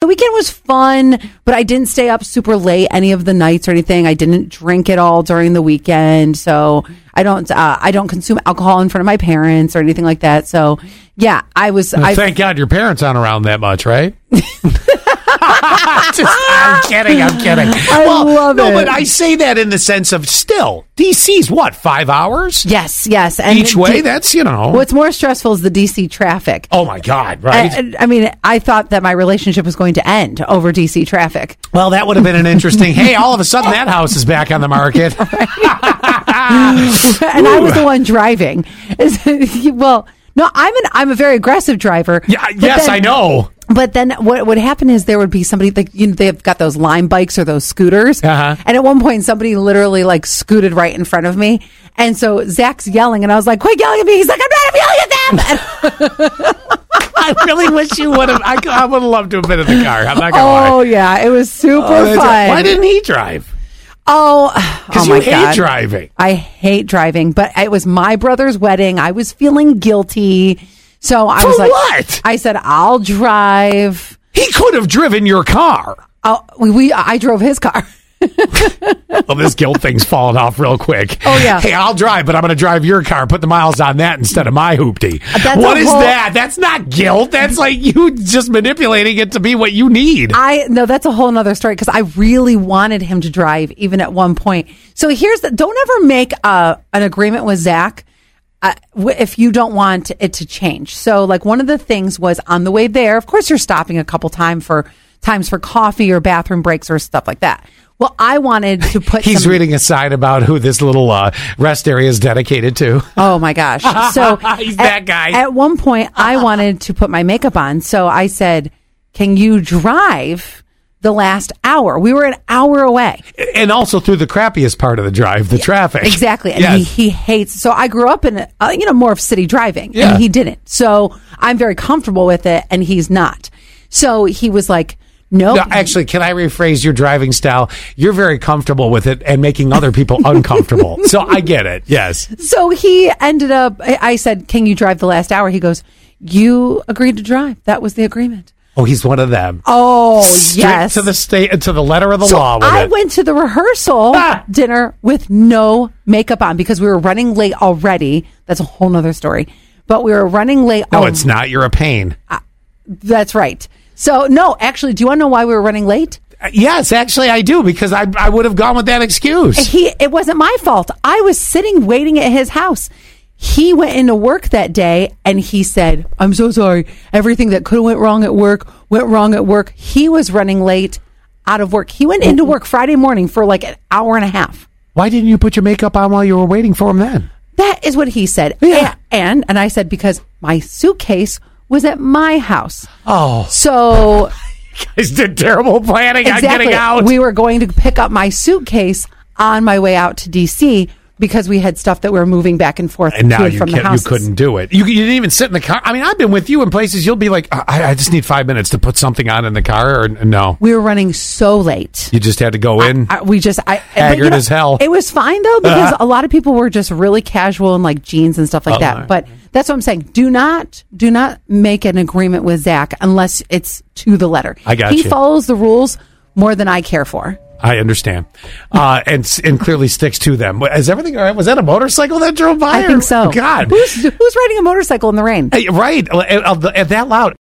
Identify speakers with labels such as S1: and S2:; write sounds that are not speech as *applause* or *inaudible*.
S1: The weekend was fun, but I didn't stay up super late any of the nights or anything. I didn't drink at all during the weekend, so I don't uh, I don't consume alcohol in front of my parents or anything like that. So yeah, I was
S2: Well,
S1: I
S2: thank God your parents aren't around that
S1: *laughs*
S2: much, right? *laughs* Just- I'm kidding. I'm kidding.
S1: I love
S2: no,
S1: it.
S2: but I say that in the sense of still DC's what five hours
S1: yes yes and
S2: each way.
S1: d-
S2: That's you know.
S1: what's more stressful is the DC traffic.
S2: oh my God! Right.
S1: I, I mean, I thought that my relationship was going to end over DC traffic. *laughs*
S2: well, that would have been an interesting. hey, all of a sudden that house is back on the market.
S1: *laughs* and I was the one driving. *laughs* well, no, I'm an I'm a very aggressive driver.
S2: yeah,
S1: But
S2: yes,
S1: then-
S2: I know.
S1: But then what would happen is there would be somebody like you know they've got those lime bikes or those scooters,
S2: Uh-huh.
S1: and at one point somebody literally like scooted right in front of me, and so Zach's yelling, and I was like, "Quit yelling at me!" He's like, "I'm not yelling at
S2: *laughs*
S1: them." And-
S2: I really wish you would have. I, I would have loved to have been in the car. I'm not gonna lie.
S1: oh yeah, it was super
S2: Oh, that's-
S1: fun.
S2: Why didn't he drive?
S1: oh *sighs*
S2: Because
S1: oh
S2: you
S1: my
S2: hate
S1: God.
S2: driving.
S1: I hate driving, but it was my brother's wedding. I was feeling guilty. So I
S2: For
S1: was like,
S2: what?
S1: I said, I'll drive.
S2: He could have driven your car.
S1: I'll, we, we, I drove his car. *laughs*
S2: Well, this guilt thing's falling off real quick.
S1: Oh, yeah.
S2: Hey, I'll drive, but I'm going to drive your car. Put the miles on that instead of my hoopty.
S1: That's
S2: what
S1: a
S2: is
S1: whole-
S2: that? That's not guilt. That's like you just manipulating it to be what you need.
S1: I, no, that's a whole nother story because I really wanted him to drive even at one point. So here's the, don't ever make uh, an agreement with Zach. Uh, w- if you don't want it to change, so like one of the things was on the way there. Of course, you're stopping a couple time for times for coffee or bathroom breaks or stuff like that. Well, I wanted to put.
S2: He's
S1: some-
S2: reading a sign about who this little uh, rest area is dedicated to.
S1: Oh my
S2: *laughs*
S1: gosh. So
S2: He's that
S1: at-
S2: guy.
S1: At one
S2: *laughs*
S1: point I wanted to put my makeup on, so I said, "Can you drive the last hour?" We were an hour away.
S2: And also through the crappiest part of the drive, the traffic.
S1: Exactly. And
S2: Yes.
S1: he, he hates. So I grew up in, uh, you know, more of city driving
S2: Yeah.
S1: and he didn't. So I'm very comfortable with it and he's not. So he was like, "No."
S2: No, actually, can I rephrase your driving style? You're very comfortable with it and making other people
S1: *laughs*
S2: uncomfortable. So I get it. Yes.
S1: so he ended up I I said, "Can you drive the last hour?" He goes, "You agreed to drive. That was the agreement."
S2: Oh, he's one of them.
S1: Oh,
S2: Strict
S1: yes.
S2: to the state to the letter of the
S1: So
S2: law. With
S1: I
S2: it.
S1: went to the rehearsal
S2: Ah.
S1: dinner with no makeup on because we were running late already. That's a whole nother story. But we were running late.
S2: No,
S1: al-
S2: it's not. You're a pain.
S1: That's right. So no, actually, do you want to know why we were running late?
S2: Uh, yes, actually, I do because I I would have gone with that excuse.
S1: He. It wasn't my fault. I was sitting waiting at his house. He went into work that day and he said, "I'm so sorry. Everything that could have went wrong at work went wrong at work." He was running late out of work. He went into work Friday morning for like an hour and a half.
S2: Why didn't you put your makeup on while you were waiting for him then?
S1: That is what he said.
S2: Yeah.
S1: And, and and I said because my suitcase was at my house.
S2: *laughs* Oh,
S1: So
S2: guys did terrible planning on
S1: exactly,
S2: getting out.
S1: we were going to pick up my suitcase on my way out to DC because we had stuff that we were moving back and forth
S2: and now
S1: to
S2: you
S1: from the
S2: can't, you
S1: house.
S2: couldn't do it. You, you didn't even sit in the car. I mean, I've been with you in places. You'll be like, I, I just need five minutes to put something on in the car, or no,
S1: We were running so late.
S2: you just had to go in.
S1: I, we just I but, you
S2: Haggard
S1: know,
S2: as hell. Uh-huh.
S1: It was fine though because a lot of people were just really casual and like jeans and stuff like that.
S2: my.
S1: But that's what I'm saying. Do not do not make an agreement with Zach unless it's to the letter.
S2: I got
S1: he
S2: you.
S1: follows the rules more than I care for.
S2: I understand, uh, and s- and clearly sticks to them. Is everything all right? Was that a motorcycle that drove by?
S1: I
S2: or-
S1: think so.
S2: God,
S1: who's who's riding a motorcycle in the rain?
S2: eh, Hey, Right, uh, uh, uh, that loud.